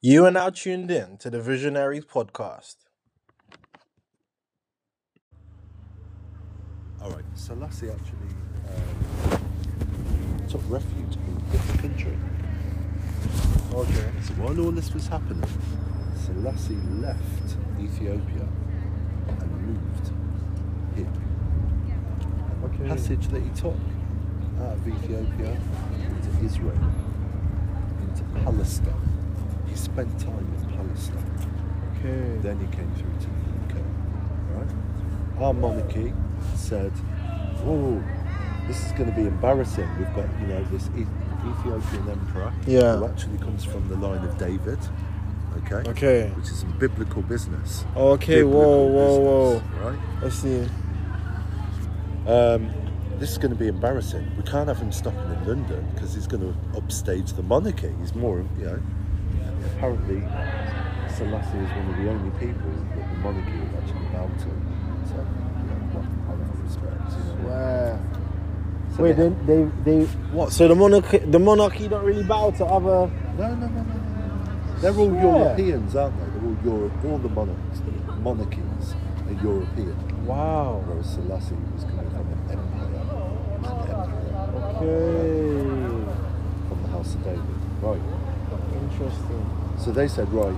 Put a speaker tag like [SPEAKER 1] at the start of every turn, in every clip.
[SPEAKER 1] You are now tuned in to the Visionaries Podcast.
[SPEAKER 2] All right. So Lassie actually um, took refuge in this country.
[SPEAKER 1] Okay.
[SPEAKER 2] So while all this was happening, Selassie left Ethiopia and moved here. And the
[SPEAKER 1] Okay.
[SPEAKER 2] passage that he took out of Ethiopia into Israel, into Palestine. He spent time in Palestine.
[SPEAKER 1] Okay.
[SPEAKER 2] Then he came through to the UK. Right? Our monarchy said, "Oh, this is going to be embarrassing. We've got you know this E- Ethiopian emperor
[SPEAKER 1] Yeah.
[SPEAKER 2] who actually comes from the line of David, okay?
[SPEAKER 1] Okay.
[SPEAKER 2] which is some biblical business.
[SPEAKER 1] Okay. Whoa.
[SPEAKER 2] Biblical
[SPEAKER 1] Whoa. Whoa.
[SPEAKER 2] business, Right?
[SPEAKER 1] Let's see.
[SPEAKER 2] Um, this is going to be embarrassing. We can't have him stopping in London because he's going to upstage the monarchy. He's more, you know. Apparently, Selassie is one of the only people that the monarchy would actually bow to. So, you know, what a lot of respect. You know.
[SPEAKER 1] Wow.
[SPEAKER 2] So
[SPEAKER 1] Wait.
[SPEAKER 2] they-
[SPEAKER 1] Then they they what? So the monarchy the monarchy don't really bow to other.
[SPEAKER 2] No, no, no, no, no. no. They're all
[SPEAKER 1] Yeah.
[SPEAKER 2] Europeans, aren't they? They're all Europe. All the monarchs, monarchies, are European.
[SPEAKER 1] Wow.
[SPEAKER 2] Whereas Selassie was coming from an empire, He was an empire
[SPEAKER 1] Okay.
[SPEAKER 2] from the House of David, right?
[SPEAKER 1] Interesting.
[SPEAKER 2] So they said, right,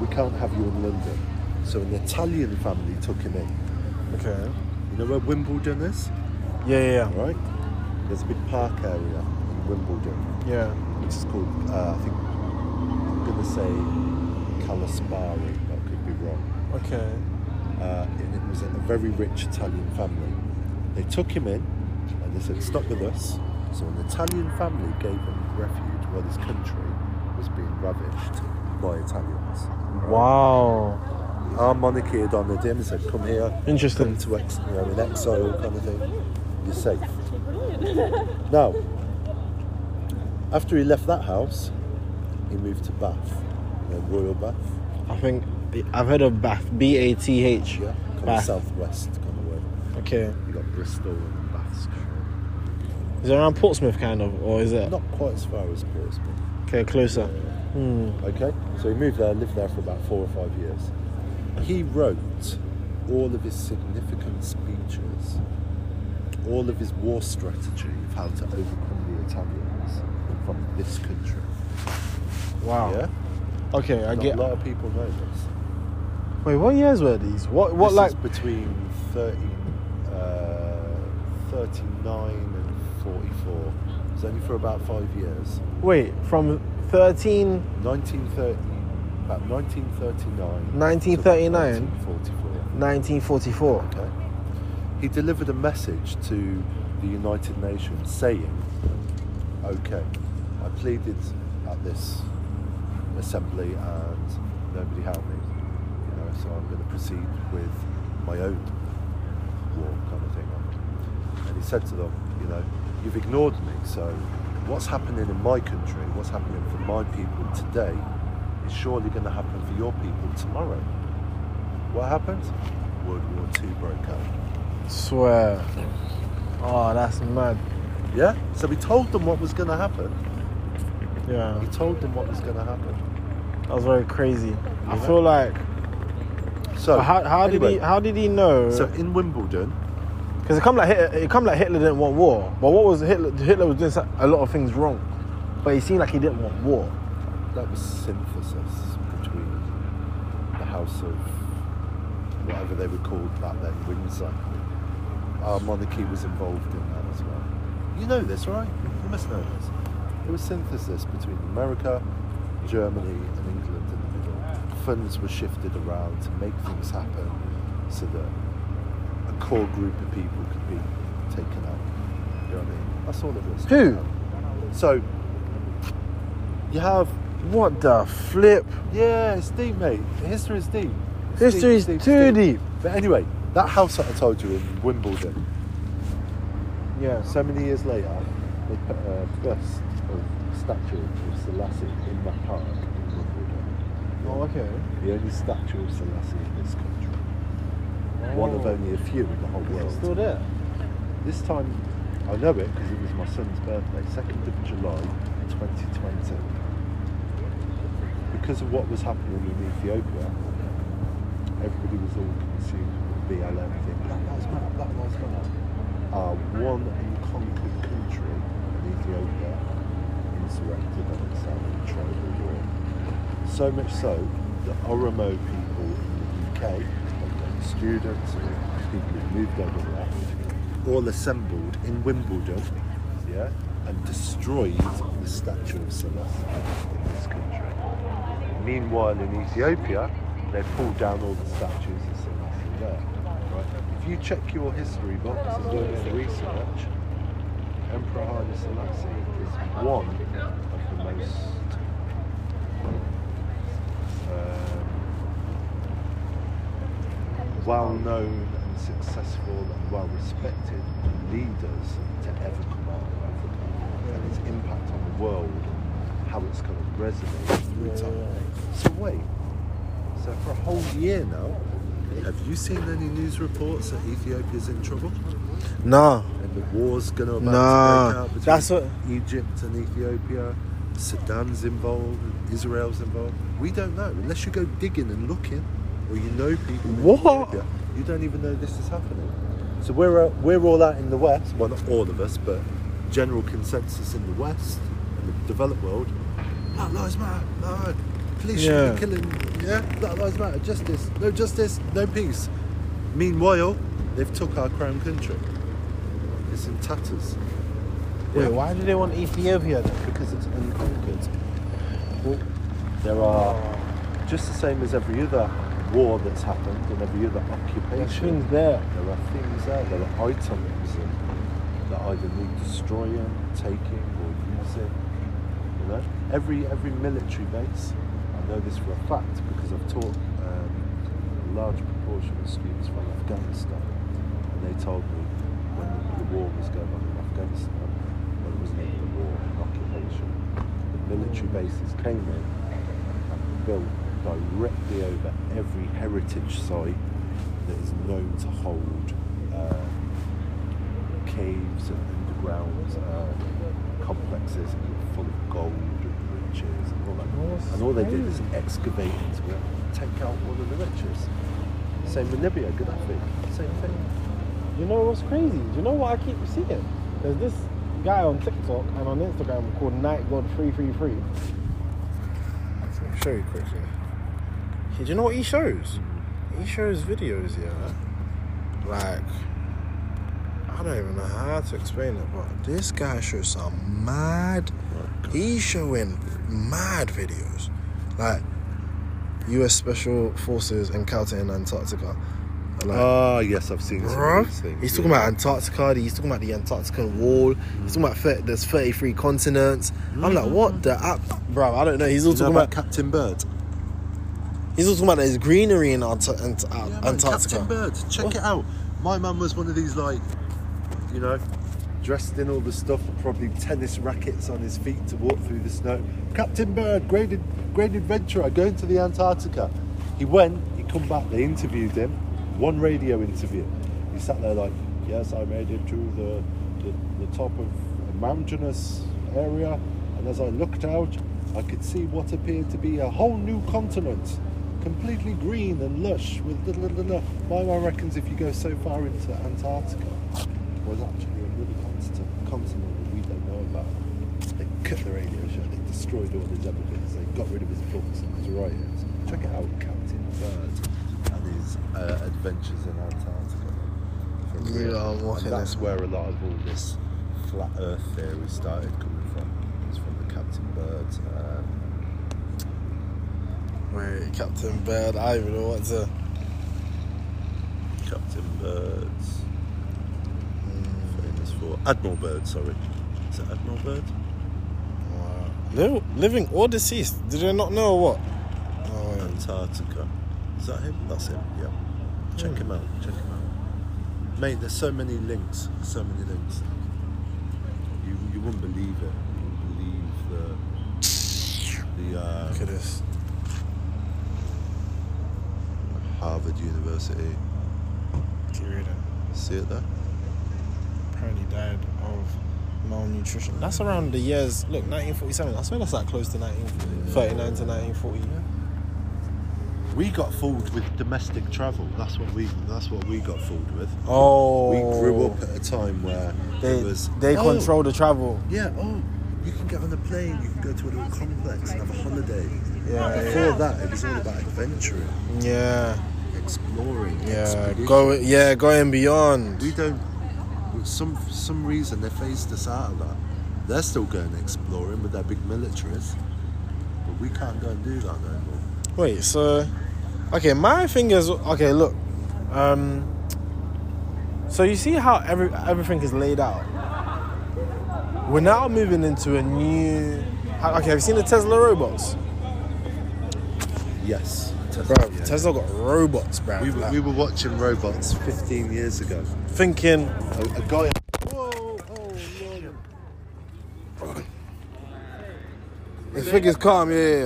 [SPEAKER 2] we can't have you in London. So an Italian family took him in.
[SPEAKER 1] Okay.
[SPEAKER 2] You know where Wimbledon is?
[SPEAKER 1] Yeah. Yeah.
[SPEAKER 2] Right? There's a big park area in Wimbledon,
[SPEAKER 1] Yeah. Yeah.
[SPEAKER 2] which is called, uh, I think, I'm going to say Calasbari, but I could be wrong.
[SPEAKER 1] Okay.
[SPEAKER 2] Uh, and it was a very rich Italian family. They took him in and they said, stop with us. So an Italian family gave him refuge while his country was being ravished by Italians. right?
[SPEAKER 1] Wow.
[SPEAKER 2] Our monarchy had honoured him and said, come here,
[SPEAKER 1] Interesting.
[SPEAKER 2] come to ex- you know, in exile kind of thing, you're safe. Now, after he left that house, he moved to Bath, you know, Royal Bath,
[SPEAKER 1] I think I've heard of Bath. B A T H.
[SPEAKER 2] yeah, kind of
[SPEAKER 1] Bath.
[SPEAKER 2] southwest kind of way.
[SPEAKER 1] Okay.
[SPEAKER 2] You got Bristol and Basque.
[SPEAKER 1] Is it around Portsmouth, kind of, or is it?
[SPEAKER 2] Not quite as far as Portsmouth.
[SPEAKER 1] Okay, closer. Hmm.
[SPEAKER 2] Okay, so he moved there, lived there for about four or five years. He wrote all of his significant speeches, all of his war strategy of how to overcome the Italians from this country.
[SPEAKER 1] Wow.
[SPEAKER 2] Yeah,
[SPEAKER 1] Okay, I
[SPEAKER 2] Not
[SPEAKER 1] get.
[SPEAKER 2] a lot of people know this.
[SPEAKER 1] Wait, what years were these? What what
[SPEAKER 2] This
[SPEAKER 1] like
[SPEAKER 2] is between 30, uh, 39 and forty-four. It was only for about five years.
[SPEAKER 1] wait, from 13
[SPEAKER 2] 1930, about 1939.
[SPEAKER 1] 1939?
[SPEAKER 2] 1944.
[SPEAKER 1] 1944.
[SPEAKER 2] Okay. He delivered a message to the United Nations saying, okay, I pleaded at this assembly and nobody helped me, you know, so I'm going to proceed with my own war kind of thing. And he said to them, you know, you've ignored me, so what's happening in my country, what's happening for my people today is surely going to happen for your people tomorrow. What happened? World War II broke out.
[SPEAKER 1] Swear. Oh, that's mad.
[SPEAKER 2] Yeah? So he told them what was going to happen.
[SPEAKER 1] Yeah,
[SPEAKER 2] He told them what was going to happen.
[SPEAKER 1] that was very crazy. I
[SPEAKER 2] Yeah.
[SPEAKER 1] feel like
[SPEAKER 2] So
[SPEAKER 1] how, how did he
[SPEAKER 2] anyway,
[SPEAKER 1] how did he know?
[SPEAKER 2] So in Wimbledon,
[SPEAKER 1] Because it come like Hitler, it come like Hitler didn't want war. But what was Hitler? Hitler was doing so- a lot of things wrong, but he seemed like he didn't want war.
[SPEAKER 2] that was synthesis between the House of whatever they were called back then, Windsor. Our monarchy was involved in that as well. You know this, right? You must know this. It was synthesis between America, Germany, and England in the middle. Funds were shifted around to make things happen so that a core group of people could be taken out. You know what I mean? That's all it was.
[SPEAKER 1] Who?
[SPEAKER 2] So, you have
[SPEAKER 1] What the flip?
[SPEAKER 2] yeah, it's deep, mate. History is deep. It's
[SPEAKER 1] History is
[SPEAKER 2] it's
[SPEAKER 1] too
[SPEAKER 2] it's
[SPEAKER 1] deep.
[SPEAKER 2] But anyway, that house that I told you in Wimbledon,
[SPEAKER 1] Yeah.
[SPEAKER 2] so many years later, they put a bust of statue of Selassie in that park in Wimbledon.
[SPEAKER 1] Oh, okay.
[SPEAKER 2] The only statue of Selassie in this country. One of
[SPEAKER 1] Oh.
[SPEAKER 2] only a few in the whole
[SPEAKER 1] Is it
[SPEAKER 2] world.
[SPEAKER 1] still there.
[SPEAKER 2] This time, I know it because it was my son's birthday, 2nd of July 2020. because of what was happening in Ethiopia, everybody was all consumed with the BLM thing. Black lives matter, black lives matter. Our one unconquered country, Ethiopia, insurrected on itself and tried to war. So much so that Oromo people in the UK, like young students or people who moved over and left, all assembled in Wimbledon, yeah, and destroyed the statue of Celeste in this country. Meanwhile, in Ethiopia, they pulled down all the statues of Selassie there. Right? If you check your history books and do a little research, Emperor Haile Selassie is one of the most um, well-known and successful and well-respected leaders to ever come out of Africa, and his impact on the world, how it's kind of resonated through time. So wait, so for a whole year now, have you seen any news reports that Ethiopia's in trouble
[SPEAKER 1] Nah.
[SPEAKER 2] and the war's going to about
[SPEAKER 1] Nah,
[SPEAKER 2] to break out between
[SPEAKER 1] that's what-
[SPEAKER 2] Egypt and Ethiopia? Sudan's involved, Israel's involved. We don't know unless you go digging and looking, or you know people. in
[SPEAKER 1] What?
[SPEAKER 2] Ethiopia, you don't even know this is happening. So we're out, we're all out in the West. Well, not all of us, but general consensus in the West and the developed world. Black lives matter. No, police should
[SPEAKER 1] Yeah.
[SPEAKER 2] be killing. Yeah, Black lives matter. Justice. No justice. No peace. Meanwhile, they've took our crown country. It's in tatters
[SPEAKER 1] Wait, why do they want E Ethiopia then?
[SPEAKER 2] because it's unconquered. Well, there are just the same as every other war that's happened and every other
[SPEAKER 1] There's
[SPEAKER 2] occupation.
[SPEAKER 1] things there.
[SPEAKER 2] There are things there, there are items that- that either need destroying, taking, or using. You know, every every military base. I know this for a fact because I've taught um, a large proportion of students from Afghanistan, and they told me when the, the war was going on in Afghanistan, well, it wasn't even a war, an occupation. The military bases came in and built directly over every heritage site that is known to hold um, caves and underground um, complexes full of gold and riches and all that.
[SPEAKER 1] That's
[SPEAKER 2] and all they did is
[SPEAKER 1] crazy.
[SPEAKER 2] excavate into it, take out all of the riches. Same with Libya, Gaddafi, same thing.
[SPEAKER 1] You know what's crazy? Do you know what I keep seeing? There's this guy on TikTok and on Instagram called Night God Three Three Three. I'll show you quickly. Hey, do you know what he shows? He shows videos, yeah. Like, I don't even know how to explain it, but this guy shows some mad. He's showing mad videos, like U.S. Special Forces encountering Antarctica. Like,
[SPEAKER 2] Ah, yes, I've seen some of these
[SPEAKER 1] Bruh.
[SPEAKER 2] things.
[SPEAKER 1] He's talking about Antarctica. He's talking about the Antarctican Wall. He's talking about thir- there's 33 continents. I'm like, what the app, bro? I don't know. He's all
[SPEAKER 2] You know
[SPEAKER 1] talking
[SPEAKER 2] about
[SPEAKER 1] about,
[SPEAKER 2] Captain Bird.
[SPEAKER 1] he's all talking about there's greenery in Ant- Ant- Ant-
[SPEAKER 2] Yeah, man, Captain
[SPEAKER 1] Antarctica.
[SPEAKER 2] Bird, check
[SPEAKER 1] What?
[SPEAKER 2] it out. My mum was one of these, like, you know, dressed in all the stuff, probably tennis rackets on his feet to walk through the snow. Captain Bird, great, ad- great adventurer, going to the Antarctica. He went, he come back, they interviewed him, one radio interview. He sat there like, yes, I made it to the, the, the top of a mountainous area, and as I looked out, I could see what appeared to be a whole new continent completely green and lush with little, little, little. My one reckons if you go so far into Antarctica, was actually another continent, continent that we don't know about. They cut the radio shut, they destroyed all his evidence, they got rid of his books and his writings. Check it out, Captain Bird and his uh, adventures in Antarctica. For
[SPEAKER 1] Yeah,
[SPEAKER 2] real.
[SPEAKER 1] I'm
[SPEAKER 2] And
[SPEAKER 1] watching
[SPEAKER 2] that's
[SPEAKER 1] this.
[SPEAKER 2] where a lot of all this flat Earth theory started coming from. It's from the Captain Bird. Um,
[SPEAKER 1] Wait, Captain Bird. I don't even know what to.
[SPEAKER 2] Captain Bird's
[SPEAKER 1] Mm.
[SPEAKER 2] famous for Admiral Bird. Sorry, is it Admiral Bird?
[SPEAKER 1] Wow. Li- Living or deceased? Did they not know or what? Oh, wait.
[SPEAKER 2] Antarctica. Is that him? That's him. Yeah. Check him out. Check him out. Mate, there's so many links. So many links. You you wouldn't believe it. You wouldn't believe the the uh,
[SPEAKER 1] Look at this.
[SPEAKER 2] Harvard University.
[SPEAKER 1] Keep reading.
[SPEAKER 2] See it there?
[SPEAKER 1] Apparently died of malnutrition. That's around the years. Look, 1947. I swear that's like close to 1939 to 1940.
[SPEAKER 2] We got fooled with domestic travel. That's what we. That's what we got fooled with.
[SPEAKER 1] Oh,
[SPEAKER 2] We grew up at a time where
[SPEAKER 1] They
[SPEAKER 2] it was
[SPEAKER 1] they
[SPEAKER 2] "Oh,
[SPEAKER 1] control the travel.
[SPEAKER 2] Yeah. Oh, you can get on a plane. You can go to a little complex and have a holiday.
[SPEAKER 1] Yeah,
[SPEAKER 2] Before that, it was all about adventuring,
[SPEAKER 1] Yeah,
[SPEAKER 2] exploring,
[SPEAKER 1] yeah.
[SPEAKER 2] expedition.
[SPEAKER 1] Go, yeah, going beyond.
[SPEAKER 2] We don't. for Some for some reason they phased us out of that. They're still going exploring with their big militaries, but we can't go and do that no more.
[SPEAKER 1] Wait, so okay, my thing is okay. Look, um, so you see how every everything is laid out. We're now moving into a new. ha- Okay, have you seen the Tesla robots?
[SPEAKER 2] Yes, Tesla.
[SPEAKER 1] Bro,
[SPEAKER 2] yeah.
[SPEAKER 1] Tesla got robots, bro.
[SPEAKER 2] We were,
[SPEAKER 1] Like,
[SPEAKER 2] we were watching robots 15 years ago.
[SPEAKER 1] thinking,
[SPEAKER 2] A, a guy.
[SPEAKER 1] whoa, oh lord. His figure's calm, yeah. yeah.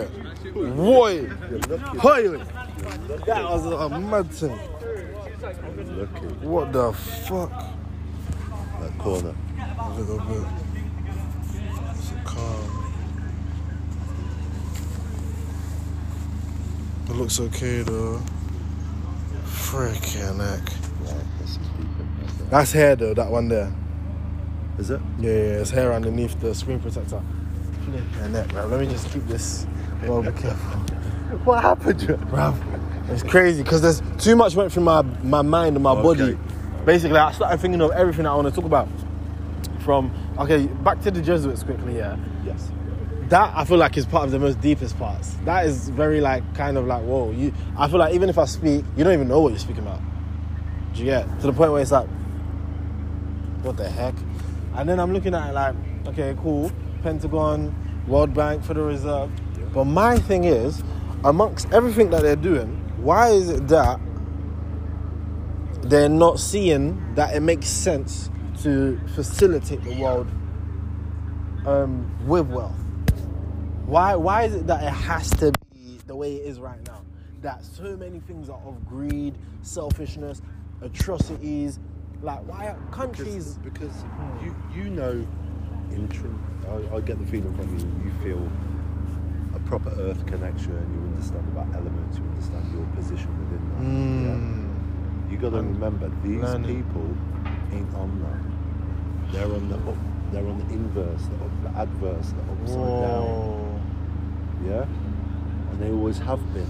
[SPEAKER 1] Boy, boy, that was a mad thing.
[SPEAKER 2] Look at
[SPEAKER 1] What the fuck?
[SPEAKER 2] that corner.
[SPEAKER 1] A little bit. It's a car. It looks okay though. Freaking heck.
[SPEAKER 2] Right, there's some people right
[SPEAKER 1] That's hair though, that one there.
[SPEAKER 2] there. Is it?
[SPEAKER 1] Yeah, yeah, it's hair underneath the screen protector. Flipping heck, bro. Let me just keep this. Well, be careful.
[SPEAKER 2] What happened? to it?
[SPEAKER 1] Bruv, it's crazy because there's too much went through my, my mind and my
[SPEAKER 2] Okay.
[SPEAKER 1] body. Basically, I started thinking of everything I want to talk about. From, okay, back to the Jesuits quickly, yeah.
[SPEAKER 2] Yes.
[SPEAKER 1] that I feel like is part of the most deepest parts. That is very like kind of like whoa. You, I feel like even if I speak, you don't even know what you're speaking about. Do you get to the point where it's like, what the heck? And then I'm looking at it like, okay, cool, Pentagon, World Bank, Federal Reserve. But my thing is, amongst everything that they're doing, why is it that they're not seeing that it makes sense to facilitate the world um, with wealth? Why why is it that it has to be the way it is right now? That so many things are of greed, selfishness, atrocities. Like why are
[SPEAKER 2] Because,
[SPEAKER 1] countries?
[SPEAKER 2] because you you know, intro. I, I get the feeling from you. You feel a proper Earth connection. You understand about elements. You understand your position within that. yeah?
[SPEAKER 1] Mm.
[SPEAKER 2] You got to
[SPEAKER 1] Hmm. I'm
[SPEAKER 2] remember these
[SPEAKER 1] learning.
[SPEAKER 2] people ain't on that. They're on the up, they're on the inverse, the, up, the adverse, the upside
[SPEAKER 1] Whoa.
[SPEAKER 2] down. Yeah, and they always have been.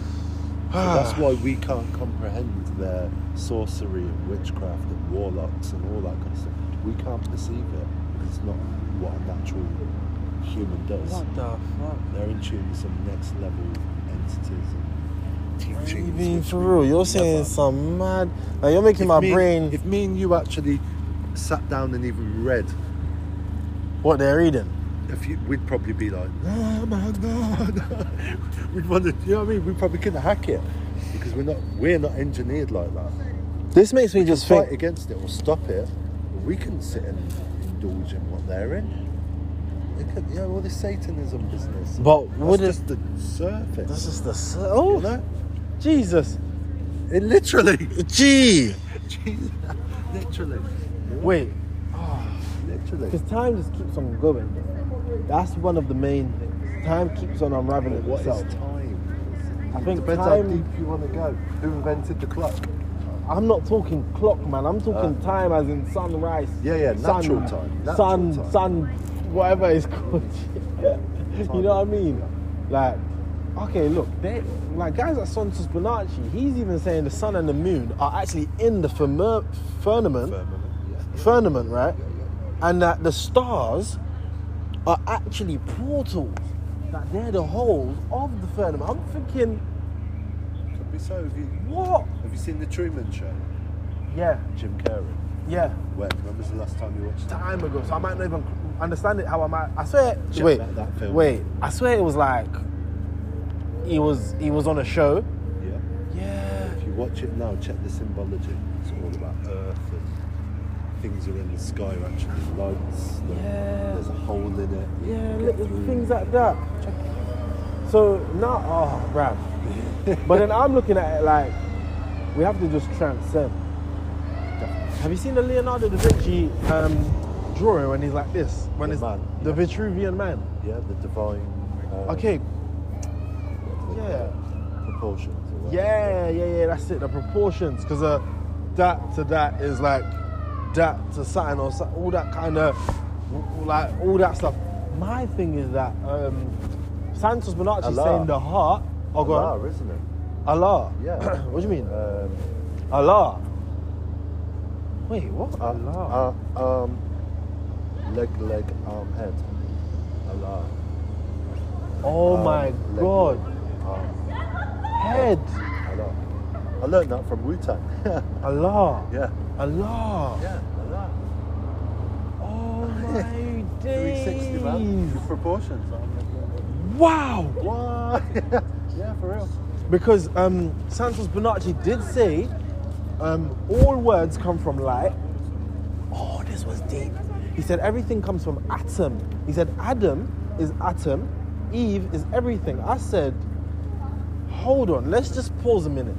[SPEAKER 2] So
[SPEAKER 1] Ah.
[SPEAKER 2] that's why we can't comprehend their sorcery and witchcraft and warlocks and all that kind of stuff. We can't perceive it because it's not what a natural human does.
[SPEAKER 1] What the fuck?
[SPEAKER 2] They're in tune with some next level entities and
[SPEAKER 1] Are
[SPEAKER 2] teachings.
[SPEAKER 1] you being
[SPEAKER 2] which
[SPEAKER 1] for
[SPEAKER 2] we
[SPEAKER 1] real? You're
[SPEAKER 2] never
[SPEAKER 1] saying some mad. Like you're making
[SPEAKER 2] If
[SPEAKER 1] my
[SPEAKER 2] me-
[SPEAKER 1] brain.
[SPEAKER 2] If me and you actually sat down and even read,
[SPEAKER 1] what they're reading.
[SPEAKER 2] a few, we'd probably be like, oh my god, we'd want to. You know what I mean? We probably couldn't hack it because we're not we're not engineered like that.
[SPEAKER 1] This makes me just
[SPEAKER 2] Fight
[SPEAKER 1] think.
[SPEAKER 2] against it or stop it. But we can sit and indulge in what they're in. They could, yeah, all this Satanism business.
[SPEAKER 1] But would
[SPEAKER 2] That's just
[SPEAKER 1] it?
[SPEAKER 2] the surface?
[SPEAKER 1] This is the s-
[SPEAKER 2] you
[SPEAKER 1] oh
[SPEAKER 2] know?
[SPEAKER 1] Jesus.
[SPEAKER 2] It literally,
[SPEAKER 1] Gee.
[SPEAKER 2] Jesus, literally,
[SPEAKER 1] Wait.
[SPEAKER 2] literally.
[SPEAKER 1] Because time just keeps on going. That's one of the main things. Time keeps on unraveling
[SPEAKER 2] What is
[SPEAKER 1] itself.
[SPEAKER 2] time?
[SPEAKER 1] I think
[SPEAKER 2] Depends how
[SPEAKER 1] time-
[SPEAKER 2] deep you want to go. Who invented the clock?
[SPEAKER 1] I'm not talking clock, man. I'm talking time as in sunrise.
[SPEAKER 2] Uh. Yeah, yeah,
[SPEAKER 1] sun,
[SPEAKER 2] natural time, natural
[SPEAKER 1] sun,
[SPEAKER 2] time.
[SPEAKER 1] sun, whatever it's called. you know what I mean? Like, okay, look, they, like guys like Santos Bonacci, he's even saying the sun and the moon are actually in the firma- firmament, firmament, right? And that the stars are actually portals. That they're the holes of the firmament. I'm thinking,
[SPEAKER 2] Could be so. Have you,
[SPEAKER 1] what?
[SPEAKER 2] have you seen the Truman Show?
[SPEAKER 1] Yeah,
[SPEAKER 2] Jim Carrey.
[SPEAKER 1] yeah.
[SPEAKER 2] When? When was the last time you watched that?
[SPEAKER 1] time ago, so I might not even understand it. How I might, I swear.
[SPEAKER 2] Check
[SPEAKER 1] wait,
[SPEAKER 2] that- that film.
[SPEAKER 1] wait. I swear it was like he was he was on a show.
[SPEAKER 2] Yeah.
[SPEAKER 1] Yeah.
[SPEAKER 2] If you watch it now, check the symbology. It's all about Earth and things are in the sky. are Actually, lights. the-
[SPEAKER 1] Yeah.
[SPEAKER 2] There's a hole in it. you
[SPEAKER 1] Yeah,
[SPEAKER 2] can
[SPEAKER 1] look,
[SPEAKER 2] get through.
[SPEAKER 1] things like that. So now, oh, bruv. but then I'm looking at it like we have to just transcend. Have you seen the Leonardo da Vinci um, drawing when he's like this. When
[SPEAKER 2] The
[SPEAKER 1] it's
[SPEAKER 2] man,
[SPEAKER 1] the
[SPEAKER 2] yeah.
[SPEAKER 1] Vitruvian man.
[SPEAKER 2] Yeah, the divine. uh,
[SPEAKER 1] Okay.
[SPEAKER 2] what do they call
[SPEAKER 1] Yeah.
[SPEAKER 2] it? Proportions. Or whatever.
[SPEAKER 1] Yeah, yeah, yeah. That's it. The proportions, because uh, that to that is like that to Saturn or so- all that kind of like all that stuff. My thing is that um, Santos Bonacci
[SPEAKER 2] Allah.
[SPEAKER 1] saying the heart. Oh, go
[SPEAKER 2] Allah,
[SPEAKER 1] on.
[SPEAKER 2] isn't it?
[SPEAKER 1] Allah.
[SPEAKER 2] Yeah.
[SPEAKER 1] what do you mean?
[SPEAKER 2] Um,
[SPEAKER 1] Allah. Wait, what?
[SPEAKER 2] Allah.
[SPEAKER 1] Allah.
[SPEAKER 2] Uh, um, leg, leg, arm, head. Allah.
[SPEAKER 1] oh
[SPEAKER 2] Um,
[SPEAKER 1] my
[SPEAKER 2] leg, leg,
[SPEAKER 1] God.
[SPEAKER 2] arm,
[SPEAKER 1] Head.
[SPEAKER 2] Allah. I learned that from Wu Tang.
[SPEAKER 1] Allah.
[SPEAKER 2] yeah.
[SPEAKER 1] Allah.
[SPEAKER 2] Yeah, Allah.
[SPEAKER 1] Oh my days.
[SPEAKER 2] 360, man. Good proportions.
[SPEAKER 1] Wow.
[SPEAKER 2] What? yeah, for real.
[SPEAKER 1] because um, Santos Bonacci did say um, all words come from light. Oh, this was deep. He said everything comes from atom. He said Adam is atom, Eve is everything. I said, hold on, let's just pause a minute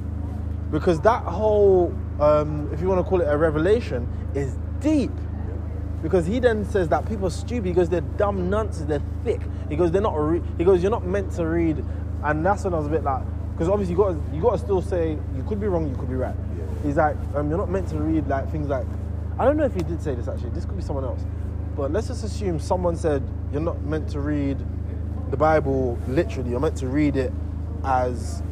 [SPEAKER 1] because that whole, um, if you want to call it a revelation, is deep. Because he then says that people are stupid. He goes, they're dumb nonsense. They're thick. He goes, they're not. Re-. He goes, you're not meant to read. And that's when I was a bit like, because obviously you got you got to still say you could be wrong, you could be right.
[SPEAKER 2] Yeah.
[SPEAKER 1] He's like, um, you're not meant to read like things like, I don't know if he did say this actually. This could be someone else, but let's just assume someone said you're not meant to read the Bible literally. You're meant to read it as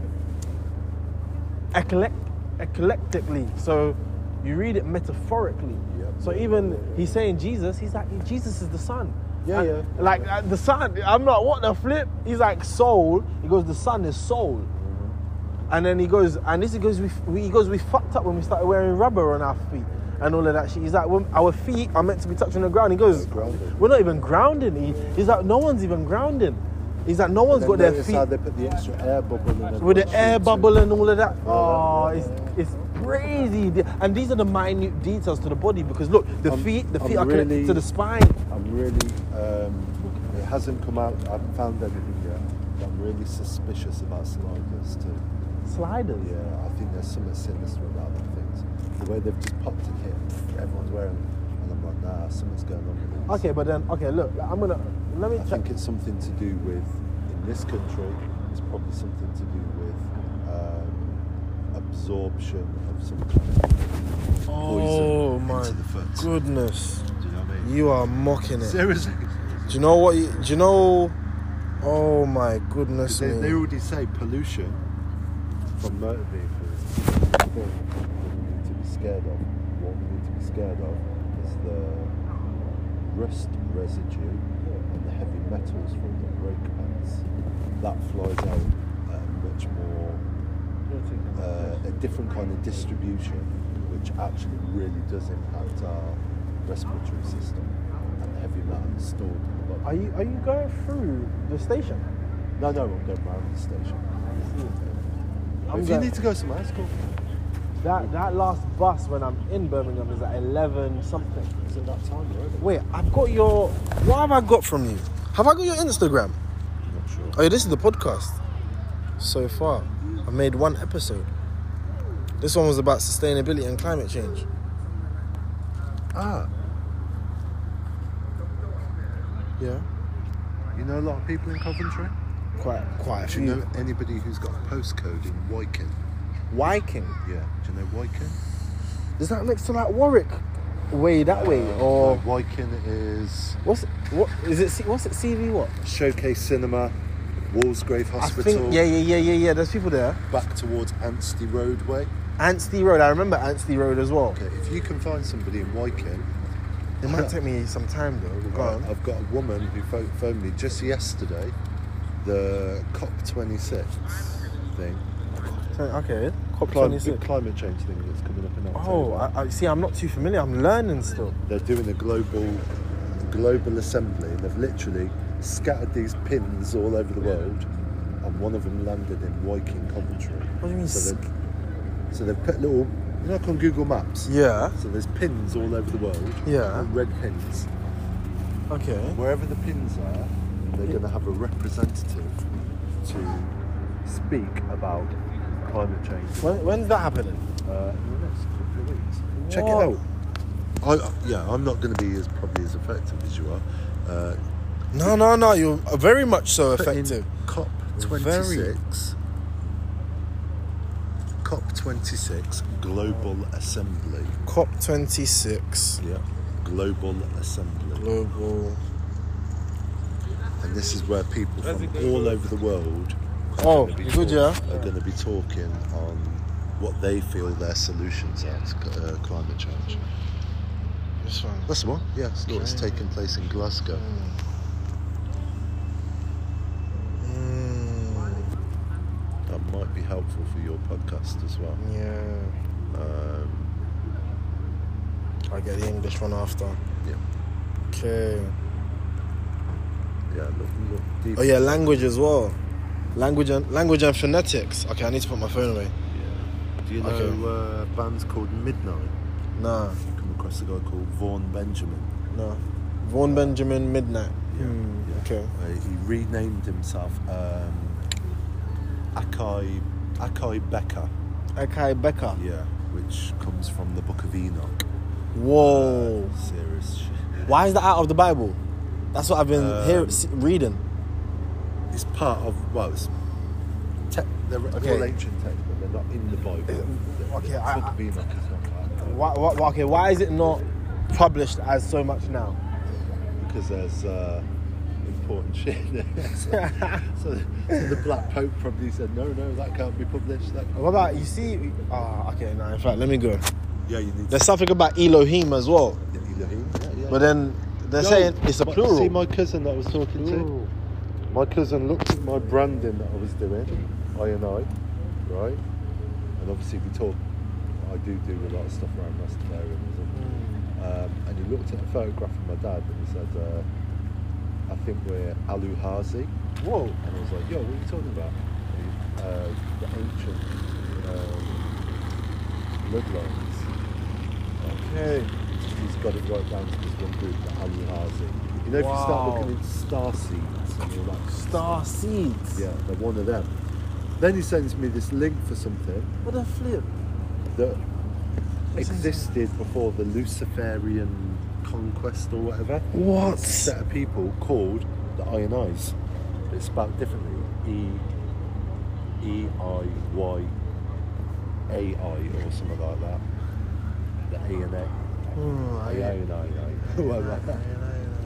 [SPEAKER 1] eclect- eclectically. So you read it metaphorically.
[SPEAKER 2] Yeah.
[SPEAKER 1] So even he's saying Jesus, he's like Jesus is the son.
[SPEAKER 2] Yeah,
[SPEAKER 1] And,
[SPEAKER 2] yeah.
[SPEAKER 1] Like uh, the son. I'm not what the flip. He's like soul. He goes the son is soul.
[SPEAKER 2] Mm-hmm.
[SPEAKER 1] And then he goes, and this he goes, we, we, he goes, we fucked up when we started wearing rubber on our feet and all of that shit. He's like, when our feet are meant to be touching the ground. He goes,
[SPEAKER 2] Grounded.
[SPEAKER 1] we're not even grounding. He, he's like, no one's even grounding. He's like, no one's got their
[SPEAKER 2] Notice
[SPEAKER 1] feet
[SPEAKER 2] how they put the extra air bubble in it.
[SPEAKER 1] with the air bubble and all of that. Oh,
[SPEAKER 2] All
[SPEAKER 1] it's it's crazy. The- And these are the minute details to the body because look, the
[SPEAKER 2] I'm-
[SPEAKER 1] feet, the
[SPEAKER 2] I'm
[SPEAKER 1] feet are connected
[SPEAKER 2] really-
[SPEAKER 1] to the spine.
[SPEAKER 2] I'm really, um, it hasn't come out, I haven't found anything yet. but I'm really suspicious about sliders too.
[SPEAKER 1] Sliders.
[SPEAKER 2] Yeah, I think there's something sinister about them things. The way they've just popped in here, everyone's wearing them. And I'm like, nah, something's going on with this.
[SPEAKER 1] Okay, but then okay, look, I'm gonna let me
[SPEAKER 2] I
[SPEAKER 1] check.
[SPEAKER 2] think it's something to do with, in this country, it's probably something to do with um, absorption of some kind of
[SPEAKER 1] Oh
[SPEAKER 2] poison into the foot.
[SPEAKER 1] goodness,
[SPEAKER 2] Do you know what I mean?
[SPEAKER 1] you are mocking
[SPEAKER 2] Seriously.
[SPEAKER 1] Do you know what? You, do you know? Oh my
[SPEAKER 2] 'Cause
[SPEAKER 1] goodness
[SPEAKER 2] They, they already say pollution from motor vehicles. The thing that we need to be scared of, what we need to be scared of, is the rust residue and the heavy metals from the brake pads. That flies out at a much more, uh, a different kind of distribution, which actually really does impact our respiratory system and the heavy metals stored in the body.
[SPEAKER 1] Are you are you going through the station?
[SPEAKER 2] No, no, I'm going round the station.
[SPEAKER 1] I'm
[SPEAKER 2] Hmm. if
[SPEAKER 1] going-
[SPEAKER 2] you need to go somewhere, that's cool.
[SPEAKER 1] That that last bus when I'm in Birmingham is at eleven something.
[SPEAKER 2] It's at that time, you're over.
[SPEAKER 1] Wait, I've got your. What have I got from you? Have I got your Instagram?
[SPEAKER 2] Not sure.
[SPEAKER 1] Oh, yeah, this is the podcast. So far, I've made one episode. This one was about sustainability and climate change.
[SPEAKER 2] Ah,
[SPEAKER 1] Yeah,
[SPEAKER 2] you know a lot of people in Coventry?
[SPEAKER 1] quite quite a
[SPEAKER 2] Do you
[SPEAKER 1] few.
[SPEAKER 2] know anybody who's got a postcode in Wyken?
[SPEAKER 1] Wyking.
[SPEAKER 2] Yeah. Do you know Wyken?
[SPEAKER 1] Is that next to like Warwick, way that way, or
[SPEAKER 2] No, Wyken is
[SPEAKER 1] what's what is it? C- What's it? CV what?
[SPEAKER 2] Showcase Cinema, Walsgrave Hospital,
[SPEAKER 1] I think yeah, yeah, yeah, yeah, yeah. There's people there.
[SPEAKER 2] back towards Anstey Roadway.
[SPEAKER 1] Anstey Road. I remember Anstey Road as well.
[SPEAKER 2] Okay, if you can find somebody in Wyken,
[SPEAKER 1] It might take me some time though. Go on.
[SPEAKER 2] uh, I've got a woman who pho- phoned me just yesterday, the COP26 thing.
[SPEAKER 1] Okay. COP
[SPEAKER 2] Clim-
[SPEAKER 1] 26.
[SPEAKER 2] big climate change thing that's coming up in October.
[SPEAKER 1] Oh, I, I see. I'm not too familiar. I'm learning still.
[SPEAKER 2] They're doing a global global assembly and they've literally scattered these pins all over the world and one of them landed in Woking, Coventry.
[SPEAKER 1] What do you mean
[SPEAKER 2] So they've, so they've put little, you know, like on Google Maps.
[SPEAKER 1] Yeah.
[SPEAKER 2] So there's pins all over the world.
[SPEAKER 1] Yeah.
[SPEAKER 2] and Red pins.
[SPEAKER 1] Okay.
[SPEAKER 2] Wherever the pins are, they're
[SPEAKER 1] Yeah.
[SPEAKER 2] going to have a representative to speak about climate change
[SPEAKER 1] When, when's that happening?
[SPEAKER 2] uh, in the next couple of weeks. Check it
[SPEAKER 1] What?
[SPEAKER 2] out. I, yeah, I'm not going to be as probably as effective as you are. Uh,
[SPEAKER 3] No, no, no. You're uh, very much so
[SPEAKER 2] put in
[SPEAKER 3] effective.
[SPEAKER 2] COP
[SPEAKER 3] Very.
[SPEAKER 2] 26. COP 26 Global Assembly.
[SPEAKER 3] COP26
[SPEAKER 2] Yeah. Global Assembly.
[SPEAKER 3] global.
[SPEAKER 2] And this is where people from all over the world are
[SPEAKER 3] Oh,
[SPEAKER 2] gonna be talk-
[SPEAKER 3] good, yeah.
[SPEAKER 2] are going to be talking on what they feel their solutions are to cl- uh, climate change.
[SPEAKER 3] This one.
[SPEAKER 2] That's the one. Yeah, it's, not- it's taking place in Glasgow.
[SPEAKER 3] Mm,
[SPEAKER 2] That might be helpful for your podcast as well.
[SPEAKER 3] yeah.
[SPEAKER 2] Um,
[SPEAKER 3] I get the English one after.
[SPEAKER 2] Yeah.
[SPEAKER 3] Okay.
[SPEAKER 2] yeah, look, look deep.
[SPEAKER 3] Oh yeah, language as well. Language and language and phonetics. Okay, I need to put my phone away.
[SPEAKER 2] Yeah. Do you know
[SPEAKER 3] Okay.
[SPEAKER 2] uh, bands called Midnight?
[SPEAKER 3] Nah,
[SPEAKER 2] I come across a guy called Vaughan Benjamin.
[SPEAKER 3] nah. Vaughan Benjamin Midnight.
[SPEAKER 2] Yeah,
[SPEAKER 3] Hmm,
[SPEAKER 2] yeah.
[SPEAKER 3] Okay.
[SPEAKER 2] Uh, he renamed himself um, Akai Akai Becker.
[SPEAKER 3] Akai Becker.
[SPEAKER 2] Yeah, which comes from the Book of Enoch.
[SPEAKER 3] Whoa.
[SPEAKER 2] Serious shit.
[SPEAKER 3] Why is that out of the Bible? That's what I've been
[SPEAKER 2] Um,
[SPEAKER 3] hear- s reading.
[SPEAKER 2] It's part of well, it's te- they're
[SPEAKER 3] Okay.
[SPEAKER 2] all ancient texts, but they're not in the Bible. The
[SPEAKER 3] okay,
[SPEAKER 2] Book
[SPEAKER 3] I-
[SPEAKER 2] of Enoch is not part of it.
[SPEAKER 1] Why, why, why- okay, why is it not published as so much now?
[SPEAKER 2] because there's uh, important shit. in it. so, so, so the Black Pope probably said, no, no, that can't be published. That can't
[SPEAKER 1] What about you
[SPEAKER 3] You
[SPEAKER 1] see?
[SPEAKER 3] see, ah, okay, nah. In fact, let me go.
[SPEAKER 2] Yeah, you need
[SPEAKER 3] There's something about Elohim as well,
[SPEAKER 2] Elohim. Yeah, yeah.
[SPEAKER 3] but then they're saying it's a
[SPEAKER 2] my-
[SPEAKER 3] plural.
[SPEAKER 2] See my cousin that I was talking to. My cousin looked at my branding that I was doing, I and I, right? And obviously we talk. I do do a lot of stuff around Rastafarianism.
[SPEAKER 3] Mm.
[SPEAKER 2] Um, and he looked at a photograph of my dad and he said, uh, "I think we're Aluhazi."
[SPEAKER 1] Whoa.
[SPEAKER 2] And I was like, yo, what are you talking about? Uh, the ancient um, bloodlines.
[SPEAKER 1] Okay.
[SPEAKER 2] He's got it right down to this one group, the Aluhazi. You know, if you start
[SPEAKER 1] Wow.
[SPEAKER 2] looking into star seeds and all that.
[SPEAKER 1] Star seeds.
[SPEAKER 2] Yeah, they're one of them. Then he sends me this link for something
[SPEAKER 1] What a flip.
[SPEAKER 2] that existed before the Luciferian conquest or whatever.
[SPEAKER 3] What?
[SPEAKER 2] It's a set of people called the Ionize. It's spelled differently. E E I Y A I or something like that. The A and A.
[SPEAKER 3] Hmm,
[SPEAKER 2] The Ioni- whatever.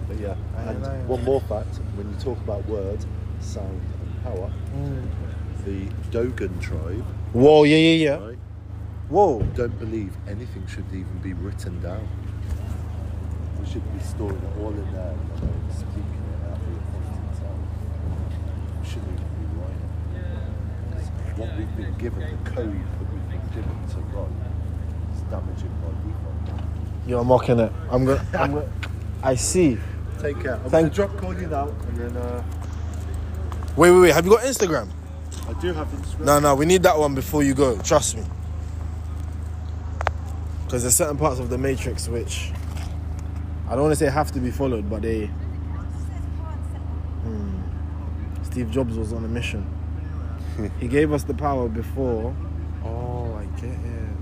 [SPEAKER 2] But yeah. And
[SPEAKER 3] Ionize.
[SPEAKER 2] one more fact, when you talk about words, sound and power, the Dogon tribe,
[SPEAKER 3] Whoa, yeah, yeah, yeah.
[SPEAKER 2] right?
[SPEAKER 3] Whoa.
[SPEAKER 2] don't believe anything should even be written down. We should be storing it all in there and then speaking it out for the content itself. We shouldn't even be writing it. 'Cause What we've been given, the code that we've been given to write, is damaging by default.
[SPEAKER 3] You're mocking it. I'm gonna. I'm gonna I see.
[SPEAKER 2] Take care. I'm
[SPEAKER 3] Thank-
[SPEAKER 2] gonna drop call you now and then uh,
[SPEAKER 3] Wait, wait, wait. Have you got Instagram?
[SPEAKER 2] I do have Instagram.
[SPEAKER 3] No, no. We need that one before you go. Trust me. Because there's certain parts of the matrix which I don't want to say have to be followed, but they. Hmm. Steve Jobs was on a mission.
[SPEAKER 1] He gave us the power before.
[SPEAKER 3] Oh, I get it.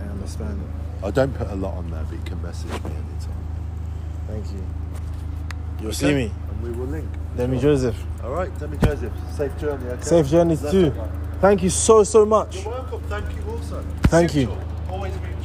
[SPEAKER 3] I understand.
[SPEAKER 2] I don't put a lot on there, but you can message me anytime.
[SPEAKER 3] Thank you. You'll see me.
[SPEAKER 2] And we will link.
[SPEAKER 3] Demi Joseph.
[SPEAKER 2] All right, Demi Joseph. Safe journey. Okay?
[SPEAKER 3] Safe journeys
[SPEAKER 2] Bless
[SPEAKER 3] too.
[SPEAKER 2] everyone.
[SPEAKER 3] Thank you so, so much.
[SPEAKER 2] You're welcome. Thank you also.
[SPEAKER 3] Thank you.
[SPEAKER 2] Always be